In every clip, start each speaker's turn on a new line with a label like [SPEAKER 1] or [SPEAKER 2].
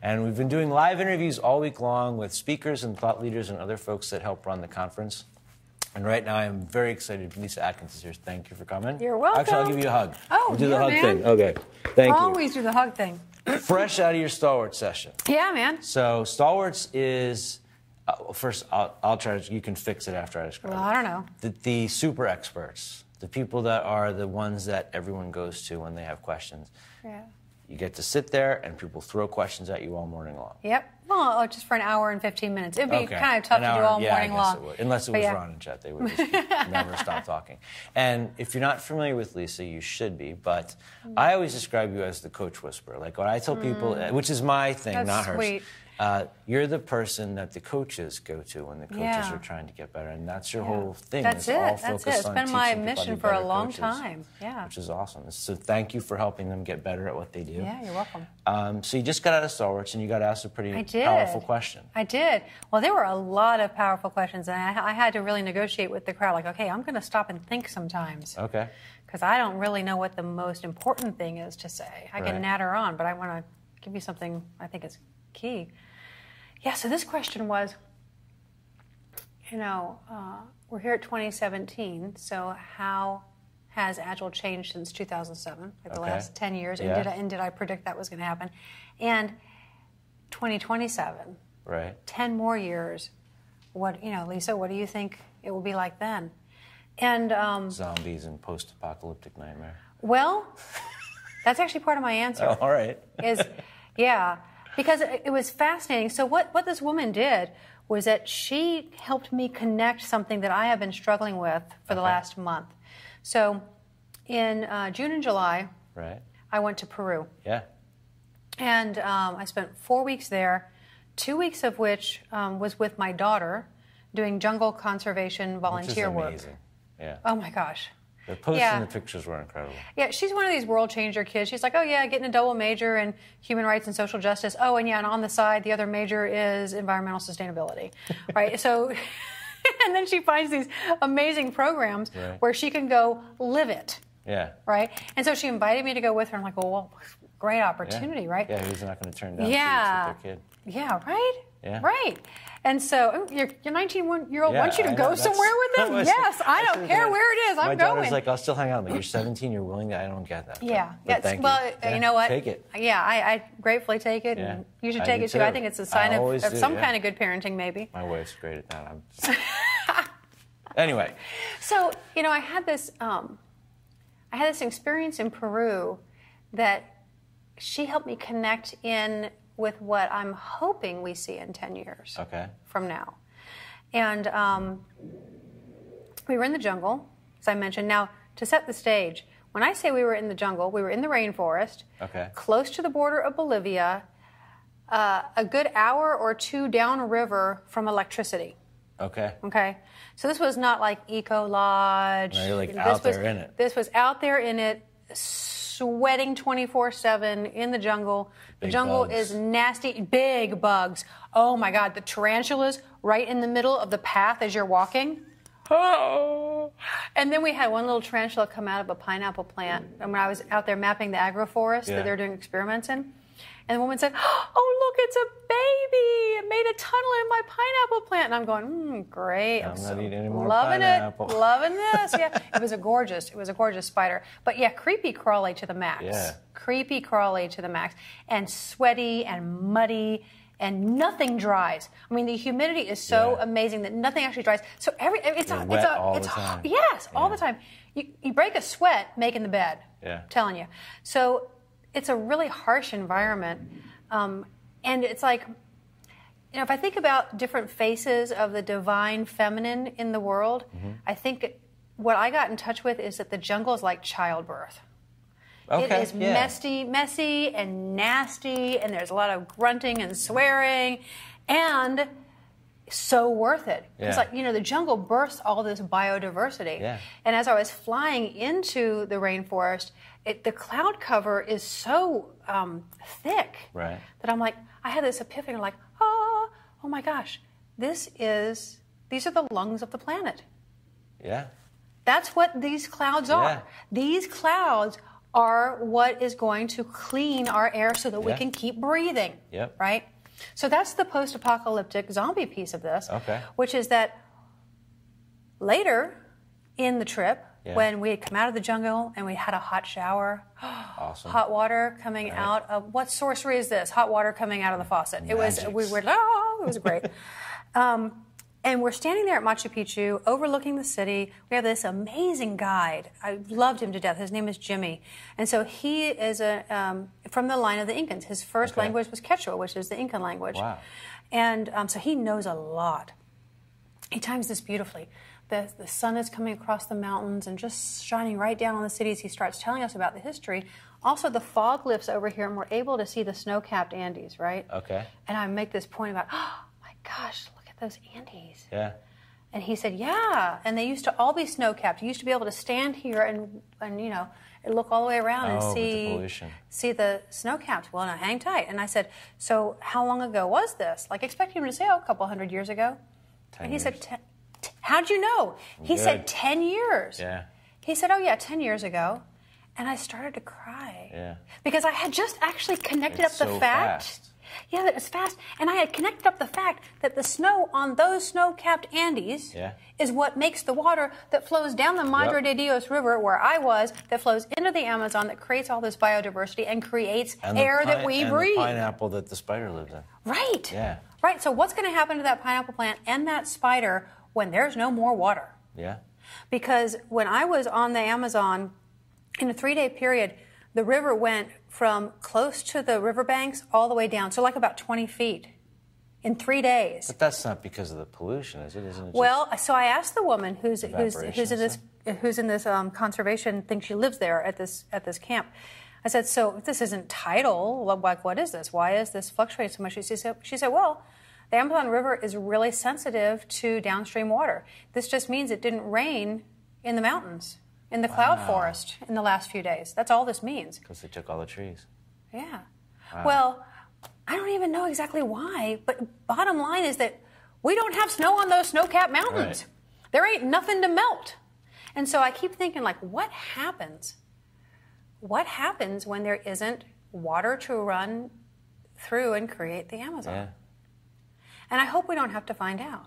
[SPEAKER 1] And we've been doing live interviews all week long with speakers and thought leaders and other folks that help run the conference. And right now, I'm very excited. Lisa Atkins is here. Thank you for coming.
[SPEAKER 2] You're welcome.
[SPEAKER 1] Actually, I'll give you a hug.
[SPEAKER 2] Oh,
[SPEAKER 1] we'll do the
[SPEAKER 2] yeah,
[SPEAKER 1] hug
[SPEAKER 2] man.
[SPEAKER 1] thing. Okay. Thank
[SPEAKER 2] Always do the hug thing.
[SPEAKER 1] you. Fresh out of your stalwart session.
[SPEAKER 2] Yeah, man.
[SPEAKER 1] So stalwarts is uh, first. I'll, I'll try to. You can fix it after I describe.
[SPEAKER 2] Well,
[SPEAKER 1] it.
[SPEAKER 2] I don't know.
[SPEAKER 1] The, the super experts, the people that are the ones that everyone goes to when they have questions.
[SPEAKER 2] Yeah.
[SPEAKER 1] You get to sit there, and people throw questions at you all morning long.
[SPEAKER 2] Yep. Well, oh, just for an hour and 15 minutes. It'd be
[SPEAKER 1] Okay.
[SPEAKER 2] kind of tough
[SPEAKER 1] An
[SPEAKER 2] to do
[SPEAKER 1] hour-
[SPEAKER 2] all
[SPEAKER 1] yeah, I
[SPEAKER 2] morning
[SPEAKER 1] guess
[SPEAKER 2] long.
[SPEAKER 1] it would. Unless it
[SPEAKER 2] But
[SPEAKER 1] was
[SPEAKER 2] yeah.
[SPEAKER 1] Ron and Chet, they would just never stop talking. And if you're not familiar with Lisa, you should be. But I always describe you as the coach whisperer. Like what I tell people, which is my thing,
[SPEAKER 2] Mm. That's
[SPEAKER 1] not hers.
[SPEAKER 2] sweet.
[SPEAKER 1] Uh, you're the person that the coaches go to when the coaches
[SPEAKER 2] Yeah.
[SPEAKER 1] are trying to get better, and that's your
[SPEAKER 2] Yeah.
[SPEAKER 1] whole thing.
[SPEAKER 2] That's
[SPEAKER 1] is All
[SPEAKER 2] it, that's it.
[SPEAKER 1] focused
[SPEAKER 2] It's
[SPEAKER 1] on
[SPEAKER 2] been
[SPEAKER 1] teaching
[SPEAKER 2] my
[SPEAKER 1] people how to
[SPEAKER 2] mission
[SPEAKER 1] be
[SPEAKER 2] for a
[SPEAKER 1] better
[SPEAKER 2] long
[SPEAKER 1] coaches,
[SPEAKER 2] time. Yeah.
[SPEAKER 1] which is awesome. So thank you for helping them get better at what they do.
[SPEAKER 2] Yeah, you're welcome.
[SPEAKER 1] Um, so you just got out of Stalwarts, and you got asked a pretty
[SPEAKER 2] I did.
[SPEAKER 1] powerful question.
[SPEAKER 2] I did. Well, there were a lot of powerful questions, and I, I had to really negotiate with the crowd. Like, okay, I'm going to stop and think sometimes.
[SPEAKER 1] Okay.
[SPEAKER 2] Because I don't really know what the most important thing is to say. I
[SPEAKER 1] Right.
[SPEAKER 2] can natter on, but I want to give you something I think is key. Yeah, so this question was you know, uh, we're here at 2017, so how has Agile changed since 2007, like the
[SPEAKER 1] Okay.
[SPEAKER 2] last 10 years?
[SPEAKER 1] Yeah.
[SPEAKER 2] And, did I, and did I predict that was going to happen? And 2027,
[SPEAKER 1] Right.
[SPEAKER 2] 10 more years, what, you know, Lisa, what do you think it will be like then? And, um,
[SPEAKER 1] zombies and post-apocalyptic nightmare.
[SPEAKER 2] well, that's actually part of my answer.
[SPEAKER 1] all right.
[SPEAKER 2] is yeah because it it was fascinating so what, what this woman did was that she helped me connect something that i have been struggling with for the
[SPEAKER 1] Okay.
[SPEAKER 2] last month so in uh, june and july
[SPEAKER 1] Right.
[SPEAKER 2] i went to peru
[SPEAKER 1] Yeah.
[SPEAKER 2] and um, i spent four weeks there two weeks of which um, was with my daughter doing jungle conservation
[SPEAKER 1] Which is
[SPEAKER 2] volunteer work
[SPEAKER 1] amazing. Yeah.
[SPEAKER 2] oh my gosh
[SPEAKER 1] The posts
[SPEAKER 2] yeah.
[SPEAKER 1] and the pictures were incredible.
[SPEAKER 2] Yeah, she's one of these world changer kids. She's like, oh yeah, getting a double major in human rights and social justice. Oh, and yeah, and on the side, the other major is environmental sustainability, right? So, and then she finds these amazing programs
[SPEAKER 1] Right.
[SPEAKER 2] where she can go live it,
[SPEAKER 1] Yeah.
[SPEAKER 2] right? And so she invited me to go with her. I'm like, well, great opportunity,
[SPEAKER 1] yeah.
[SPEAKER 2] right?
[SPEAKER 1] Yeah, who's not going to turn down
[SPEAKER 2] Yeah.
[SPEAKER 1] seats with their kid?
[SPEAKER 2] Yeah, right?
[SPEAKER 1] Yeah.
[SPEAKER 2] Right. And so oh, your, your 19 year old
[SPEAKER 1] Yeah,
[SPEAKER 2] wants you to
[SPEAKER 1] I know.
[SPEAKER 2] go
[SPEAKER 1] That's-
[SPEAKER 2] somewhere with
[SPEAKER 1] that
[SPEAKER 2] them?
[SPEAKER 1] was-
[SPEAKER 2] Yes, I
[SPEAKER 1] that's
[SPEAKER 2] don't
[SPEAKER 1] the-
[SPEAKER 2] care where it is.
[SPEAKER 1] my
[SPEAKER 2] I'm
[SPEAKER 1] daughter's
[SPEAKER 2] going.
[SPEAKER 1] like, I'll still hang out. I'm like, you're 17, you're willing to, I don't get that. But-
[SPEAKER 2] Yeah,
[SPEAKER 1] but
[SPEAKER 2] yeah. it's-
[SPEAKER 1] thank
[SPEAKER 2] well,
[SPEAKER 1] you.
[SPEAKER 2] uh,
[SPEAKER 1] Yeah,
[SPEAKER 2] you know what?
[SPEAKER 1] Take it.
[SPEAKER 2] Yeah, I, I gratefully take it, and
[SPEAKER 1] Yeah,
[SPEAKER 2] you should
[SPEAKER 1] I
[SPEAKER 2] take
[SPEAKER 1] do
[SPEAKER 2] it too. I
[SPEAKER 1] too.
[SPEAKER 2] think it's
[SPEAKER 1] I
[SPEAKER 2] a sign of,
[SPEAKER 1] always
[SPEAKER 2] of
[SPEAKER 1] do,
[SPEAKER 2] some
[SPEAKER 1] yeah.
[SPEAKER 2] kind of good parenting, maybe.
[SPEAKER 1] My wife's great at that. I'm just, anyway,
[SPEAKER 2] So you know, I had this, um, I had this experience in Peru that she helped me connect in with what I'm hoping we see in ten years
[SPEAKER 1] okay.
[SPEAKER 2] from now, and um, we were in the jungle, as I mentioned. Now, to set the stage, when I say we were in the jungle, we were in the rainforest.
[SPEAKER 1] Okay.
[SPEAKER 2] close to the border of Bolivia, uh, a good hour or two downriver from electricity.
[SPEAKER 1] Okay.
[SPEAKER 2] Okay, so this was not like Eco Lodge.
[SPEAKER 1] No, you're, like,
[SPEAKER 2] You know, this
[SPEAKER 1] out
[SPEAKER 2] was-
[SPEAKER 1] there in it.
[SPEAKER 2] This was out there in it, sweating 24/7 in the jungle. the
[SPEAKER 1] Big
[SPEAKER 2] jungle
[SPEAKER 1] bugs.
[SPEAKER 2] is nasty, big bugs. Oh my God, the tarantulas right in the middle of the path as you're walking. Oh. And then we had one little tarantula come out of a pineapple plant. And when I was out there mapping the agroforest
[SPEAKER 1] Yeah.
[SPEAKER 2] that they're doing experiments in, and the woman said, "Oh, look, it's a baby! It made a tunnel in my pineapple plant." And I'm going, mm, "Great!
[SPEAKER 1] I'm not eating any more
[SPEAKER 2] loving
[SPEAKER 1] pineapple.
[SPEAKER 2] it, loving this." Yeah, it was a gorgeous, it was a gorgeous spider. But yeah, creepy crawly to the max.
[SPEAKER 1] Yeah.
[SPEAKER 2] Creepy crawly to the max, and sweaty and muddy. And nothing dries. I mean, the humidity is so
[SPEAKER 1] Yeah.
[SPEAKER 2] amazing that nothing actually dries. So every it's
[SPEAKER 1] You're
[SPEAKER 2] a,
[SPEAKER 1] wet
[SPEAKER 2] it's a,
[SPEAKER 1] all
[SPEAKER 2] it's
[SPEAKER 1] the
[SPEAKER 2] a-
[SPEAKER 1] time.
[SPEAKER 2] yes, all the
[SPEAKER 1] Yeah.
[SPEAKER 2] time. You, you break a sweat making the bed.
[SPEAKER 1] Yeah.
[SPEAKER 2] telling you. So it's a really harsh environment, um, and it's like, you know, if I think about different faces of the divine feminine in the world,
[SPEAKER 1] Mm-hmm.
[SPEAKER 2] I think what I got in touch with is that the jungle is like childbirth.
[SPEAKER 1] Okay.
[SPEAKER 2] It is
[SPEAKER 1] yeah.
[SPEAKER 2] messy, messy and nasty, and there's a lot of grunting and swearing, and so worth it.
[SPEAKER 1] Yeah.
[SPEAKER 2] It's like you know the jungle births all this biodiversity.
[SPEAKER 1] Yeah.
[SPEAKER 2] And as I was flying into the rainforest, it, the cloud cover is so um, thick
[SPEAKER 1] Right.
[SPEAKER 2] that I'm like, I had this epiphany, like, oh, oh my gosh, this is these are the lungs of the planet.
[SPEAKER 1] Yeah.
[SPEAKER 2] That's what these clouds are.
[SPEAKER 1] Yeah.
[SPEAKER 2] These clouds are what is going to clean our air so that we
[SPEAKER 1] Yeah.
[SPEAKER 2] can keep breathing.
[SPEAKER 1] Yep.
[SPEAKER 2] Right? So that's the post apocalyptic zombie piece of this,
[SPEAKER 1] Okay.
[SPEAKER 2] which is that later in the trip,
[SPEAKER 1] Yeah.
[SPEAKER 2] when we had come out of the jungle and we had a hot shower,
[SPEAKER 1] Awesome.
[SPEAKER 2] hot water coming out of what sorcery is this? Hot water coming out of the faucet. It was we were oh, it was great. um, and we're standing there at Machu Picchu, overlooking the city. We have this amazing guide. I loved him to death. His name is Jimmy, and so he is a um, from the line of the Incans. His first
[SPEAKER 1] Okay.
[SPEAKER 2] language was Quechua, which is the Incan language.
[SPEAKER 1] Wow.
[SPEAKER 2] And um, so he knows a lot. He times this beautifully. The, the sun is coming across the mountains and just shining right down on the cities. He starts telling us about the history. Also, the fog lifts over here, and we're able to see the snow capped Andes, right?
[SPEAKER 1] Okay.
[SPEAKER 2] And I make this point about, oh my gosh, look at those Andes.
[SPEAKER 1] Yeah.
[SPEAKER 2] And he said, "Yeah." And they used to all be snow capped. You used to be able to stand here and and you know and look all the way around
[SPEAKER 1] Oh,
[SPEAKER 2] and
[SPEAKER 1] with the
[SPEAKER 2] see
[SPEAKER 1] pollution.
[SPEAKER 2] see the snow capped. Well, now hang tight. And I said, "So how long ago was this?" Like expecting him to say, "Oh, a couple hundred years ago."
[SPEAKER 1] Ten
[SPEAKER 2] and he
[SPEAKER 1] years.
[SPEAKER 2] said, "Ten- t- "How'd you know?" He
[SPEAKER 1] Good.
[SPEAKER 2] said, 10 years."
[SPEAKER 1] Yeah.
[SPEAKER 2] He said, "Oh yeah, ten years ago." And I started to cry
[SPEAKER 1] Yeah.
[SPEAKER 2] because I had just actually connected
[SPEAKER 1] It's
[SPEAKER 2] up the
[SPEAKER 1] so
[SPEAKER 2] fact.
[SPEAKER 1] fast.
[SPEAKER 2] Yeah, that it's fast. And I had connected up the fact that the snow on those snow capped Andes
[SPEAKER 1] Yeah.
[SPEAKER 2] is what makes the water that flows down the Madre de Dios River, where I was, that flows into the Amazon, that creates all this biodiversity and creates
[SPEAKER 1] And the
[SPEAKER 2] air that
[SPEAKER 1] pine-
[SPEAKER 2] we
[SPEAKER 1] and the
[SPEAKER 2] breathe.
[SPEAKER 1] pineapple that the spider lives in.
[SPEAKER 2] Right.
[SPEAKER 1] Yeah.
[SPEAKER 2] Right. So, what's going to happen to that pineapple plant and that spider when there's no more water?
[SPEAKER 1] Yeah.
[SPEAKER 2] because when I was on the Amazon in a three day period, the river went from close to the riverbanks all the way down, so like about 20 feet in three days.
[SPEAKER 1] But that's not because of the pollution, is it? Isn't it? just-
[SPEAKER 2] Well, so I asked the woman who's who's who's in
[SPEAKER 1] Evaporation,
[SPEAKER 2] this who's in this um, conservation thing. She lives there at this at this camp. I said, so if this isn't tidal. what- Like, what is this? Why is this fluctuating so much? She said, she said, well, the Amazon River is really sensitive to downstream water. This just means it didn't rain in the mountains, in the cloud
[SPEAKER 1] Wow.
[SPEAKER 2] forest, in the last few days. That's all this means.
[SPEAKER 1] because they took all the trees.
[SPEAKER 2] Yeah.
[SPEAKER 1] Uh,
[SPEAKER 2] Well, I don't even know exactly why, but bottom line is that we don't have snow on those snow-capped mountains.
[SPEAKER 1] Right.
[SPEAKER 2] There ain't nothing to melt. And so I keep thinking like what happens? What happens when there isn't water to run through and create the Amazon?
[SPEAKER 1] Yeah.
[SPEAKER 2] And I hope we don't have to find out.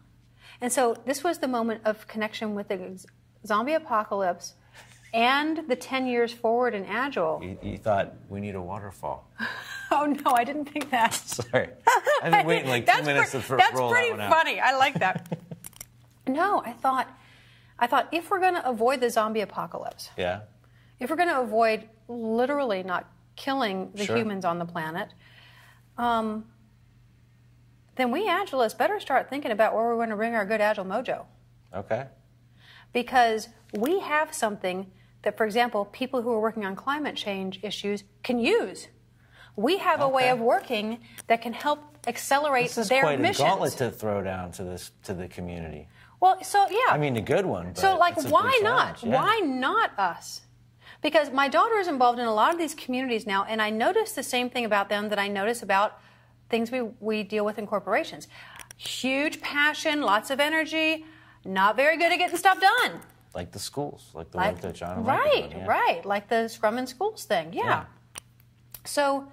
[SPEAKER 2] And so this was the moment of connection with the z- zombie apocalypse and the 10 years forward in agile.
[SPEAKER 1] You, you thought we need a waterfall.
[SPEAKER 2] Oh no, I didn't think that.
[SPEAKER 1] Sorry. I've been waiting like two
[SPEAKER 2] That's
[SPEAKER 1] minutes
[SPEAKER 2] pretty-
[SPEAKER 1] to fir-
[SPEAKER 2] That's
[SPEAKER 1] roll
[SPEAKER 2] pretty
[SPEAKER 1] that one out.
[SPEAKER 2] funny. I like that. no, I thought, I thought if we're going to avoid the zombie apocalypse,
[SPEAKER 1] Yeah.
[SPEAKER 2] if we're going to avoid literally not killing the
[SPEAKER 1] Sure.
[SPEAKER 2] humans on the planet, um, then we agilists better start thinking about where we're going to bring our good agile mojo,
[SPEAKER 1] Okay.
[SPEAKER 2] because we have something that, for example, people who are working on climate change issues can use. We have a way
[SPEAKER 1] Okay.
[SPEAKER 2] of working that can help accelerate
[SPEAKER 1] This is
[SPEAKER 2] their
[SPEAKER 1] quite
[SPEAKER 2] missions.
[SPEAKER 1] a gauntlet to throw down to this to the community.
[SPEAKER 2] Well, so yeah.
[SPEAKER 1] I mean, a good one. But
[SPEAKER 2] so like,
[SPEAKER 1] it's a big
[SPEAKER 2] why not?
[SPEAKER 1] challenge, yeah.
[SPEAKER 2] Why not us? Because my daughter is involved in a lot of these communities now, and I notice the same thing about them that I notice about things we, we deal with in corporations. Huge passion, lots of energy, not very good at getting stuff done.
[SPEAKER 1] Like the schools, like the
[SPEAKER 2] Like,
[SPEAKER 1] work that John. and Mike are
[SPEAKER 2] right,
[SPEAKER 1] doing, yeah.
[SPEAKER 2] right, like the Scrum in Schools thing. yeah. So,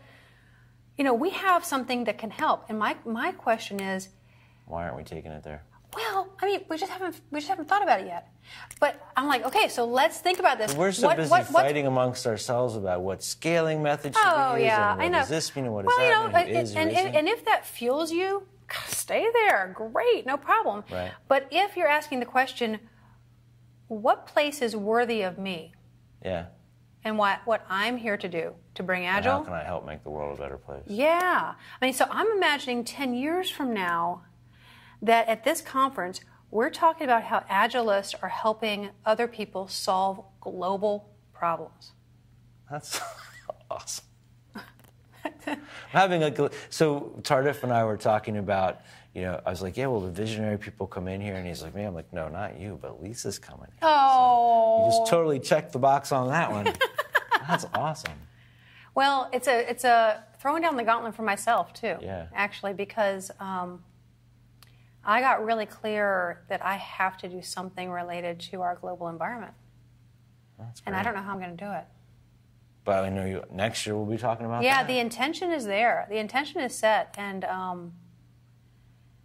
[SPEAKER 2] you know, we have something that can help. And my my question is,
[SPEAKER 1] Why aren't we taking it there?
[SPEAKER 2] Well, I mean, we just haven't we just haven't thought about it yet. But I'm like, okay, so let's think about this.
[SPEAKER 1] We're so
[SPEAKER 2] What-
[SPEAKER 1] busy
[SPEAKER 2] what- what-
[SPEAKER 1] fighting amongst ourselves about what scaling method should
[SPEAKER 2] Oh
[SPEAKER 1] we use,
[SPEAKER 2] yeah,
[SPEAKER 1] and what
[SPEAKER 2] I know.
[SPEAKER 1] does this mean, and what
[SPEAKER 2] well,
[SPEAKER 1] does that
[SPEAKER 2] you know,
[SPEAKER 1] mean, who
[SPEAKER 2] and-
[SPEAKER 1] is, who
[SPEAKER 2] and,
[SPEAKER 1] isn't.
[SPEAKER 2] and, and if that fuels you, stay there. Great, no problem.
[SPEAKER 1] Right.
[SPEAKER 2] But if you're asking the question, what place is worthy of me,
[SPEAKER 1] yeah.
[SPEAKER 2] and what what I'm here to do to bring
[SPEAKER 1] And How
[SPEAKER 2] agile?
[SPEAKER 1] can I help make the world a better place?
[SPEAKER 2] Yeah. I mean, so I'm imagining 10 years from now that at this conference, we're talking about how agilists are helping other people solve global problems.
[SPEAKER 1] That's awesome. I'm having a gl- so Tardif and I were talking about, you know, I was like, yeah, well, the visionary people come in here, and he's like, me, I'm like, no, not you, but Lisa's coming.
[SPEAKER 2] Oh.
[SPEAKER 1] You just totally checked the box on that one. That's awesome.
[SPEAKER 2] Well, it's a it's a throwing down the gauntlet for myself too.
[SPEAKER 1] Yeah.
[SPEAKER 2] Actually, because um, I got really clear that I have to do something related to our global environment,
[SPEAKER 1] That's
[SPEAKER 2] and I don't know how I'm going to do it.
[SPEAKER 1] But I know you, next year we'll be talking about
[SPEAKER 2] Yeah,
[SPEAKER 1] that.
[SPEAKER 2] the intention is there. The intention is set, and um,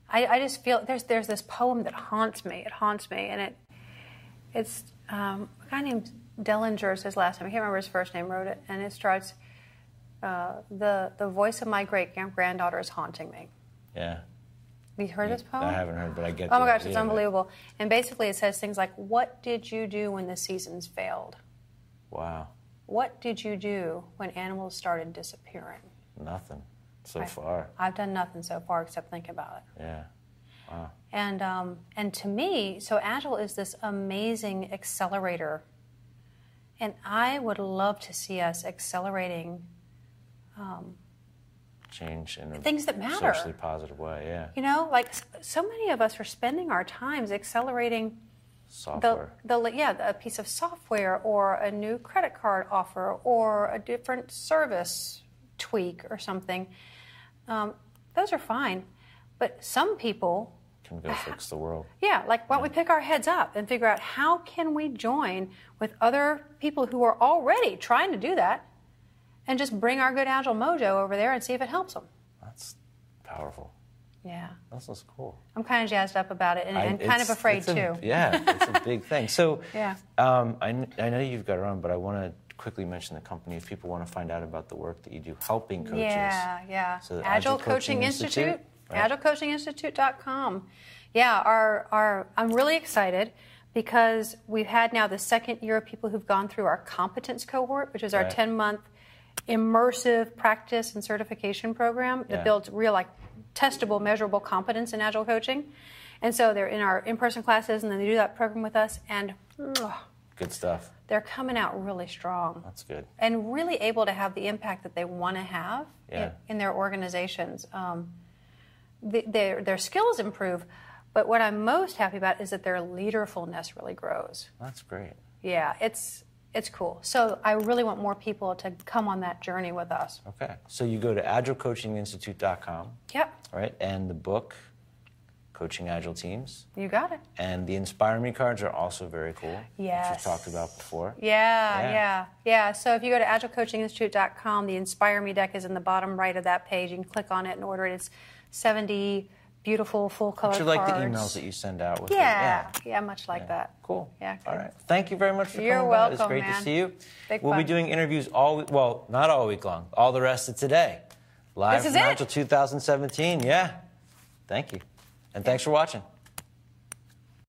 [SPEAKER 2] I, I just feel there's there's this poem that haunts me. It haunts me, and it it's um, a guy named Dellinger is his last name. I can't remember his first name. Wrote it, and it starts. Uh, the the voice of my great grand- granddaughter is haunting me.
[SPEAKER 1] yeah.
[SPEAKER 2] Have you heard this poem?
[SPEAKER 1] Mm, I haven't heard, but I get
[SPEAKER 2] Oh
[SPEAKER 1] the
[SPEAKER 2] my gosh,
[SPEAKER 1] idea
[SPEAKER 2] it's
[SPEAKER 1] of it.
[SPEAKER 2] unbelievable. And basically, it says things like, "What did you do when the seasons failed?
[SPEAKER 1] Wow.
[SPEAKER 2] What did you do when animals started disappearing?
[SPEAKER 1] Nothing so far.
[SPEAKER 2] I've done nothing so far except think about it."
[SPEAKER 1] Yeah.
[SPEAKER 2] And um, and to me, so Agile is this amazing accelerator, and I would love to see us accelerating.
[SPEAKER 1] Change in a
[SPEAKER 2] Things that matter.
[SPEAKER 1] socially positive way. Yeah.
[SPEAKER 2] You know, like s- so many of us are spending our times accelerating the,
[SPEAKER 1] Software.
[SPEAKER 2] the yeah a piece of software or a new credit card offer or a different service tweak or something. Um, those are fine, but some people
[SPEAKER 1] Can go fix the world.
[SPEAKER 2] Yeah, like why don't we pick our heads up and figure out how can we join with other people who are already trying to do that and just bring our good agile mojo over there and see if it helps them.
[SPEAKER 1] That's powerful.
[SPEAKER 2] Yeah.
[SPEAKER 1] That's just cool.
[SPEAKER 2] I'm kind of jazzed up about it and,
[SPEAKER 1] I-
[SPEAKER 2] and kind
[SPEAKER 1] it's-
[SPEAKER 2] of afraid
[SPEAKER 1] it's a-
[SPEAKER 2] too.
[SPEAKER 1] Yeah, it's a big thing. So,
[SPEAKER 2] Yeah.
[SPEAKER 1] um, I, kn- I know you've got to run, but I want to quickly mention the company if people want to find out about the work that you do helping coaches.
[SPEAKER 2] Yeah, yeah.
[SPEAKER 1] So the
[SPEAKER 2] Agile,
[SPEAKER 1] Agile Coaching
[SPEAKER 2] Coaching, Institute.
[SPEAKER 1] Institute, right?
[SPEAKER 2] AgileCoachingInstitute.com. Yeah, our our I'm really excited because we've had now the second year of people who've gone through our competence cohort, which is our
[SPEAKER 1] Right.
[SPEAKER 2] 10 month immersive practice and certification program that
[SPEAKER 1] Yeah.
[SPEAKER 2] builds real like testable, measurable competence in agile coaching. And so they're in our in-person classes, and then they do that program with us, and mwah,
[SPEAKER 1] Good stuff.
[SPEAKER 2] they're coming out really strong
[SPEAKER 1] That's good.
[SPEAKER 2] and really able to have the impact that they want to have
[SPEAKER 1] Yeah.
[SPEAKER 2] in, in their organizations. Um, the, their, their skills improve, but what I'm most happy about is that their leaderfulness really grows.
[SPEAKER 1] That's great.
[SPEAKER 2] Yeah, it's it's cool. So I really want more people to come on that journey with us.
[SPEAKER 1] Okay. So you go to agilecoachinginstitute.com,
[SPEAKER 2] Yep,
[SPEAKER 1] all right, and the book, Coaching Agile Teams,
[SPEAKER 2] you got it.
[SPEAKER 1] and the Inspire Me cards are also very cool. Which
[SPEAKER 2] Yes.
[SPEAKER 1] we've talked about before.
[SPEAKER 2] Yeah,
[SPEAKER 1] Yeah.
[SPEAKER 2] yeah, yeah, So if you go to agilecoachinginstitute.com, the Inspire Me deck is in the bottom right of that page. You can click on it and order it. It's 70 beautiful full color
[SPEAKER 1] Which are like the
[SPEAKER 2] cards.
[SPEAKER 1] emails that you send out with
[SPEAKER 2] Yeah,
[SPEAKER 1] it.
[SPEAKER 2] yeah, much like that.
[SPEAKER 1] Cool.
[SPEAKER 2] Yeah,
[SPEAKER 1] All
[SPEAKER 2] good.
[SPEAKER 1] right. Thank you very much for
[SPEAKER 2] You're
[SPEAKER 1] coming. by. It's
[SPEAKER 2] welcome,
[SPEAKER 1] great to
[SPEAKER 2] man.
[SPEAKER 1] see you.
[SPEAKER 2] Big
[SPEAKER 1] we'll be
[SPEAKER 2] fun.
[SPEAKER 1] doing interviews all week, well, not all week long, all the rest of today. Live
[SPEAKER 2] This is
[SPEAKER 1] from
[SPEAKER 2] it.
[SPEAKER 1] Agile 2017. Yeah. Thank you. And thanks for watching.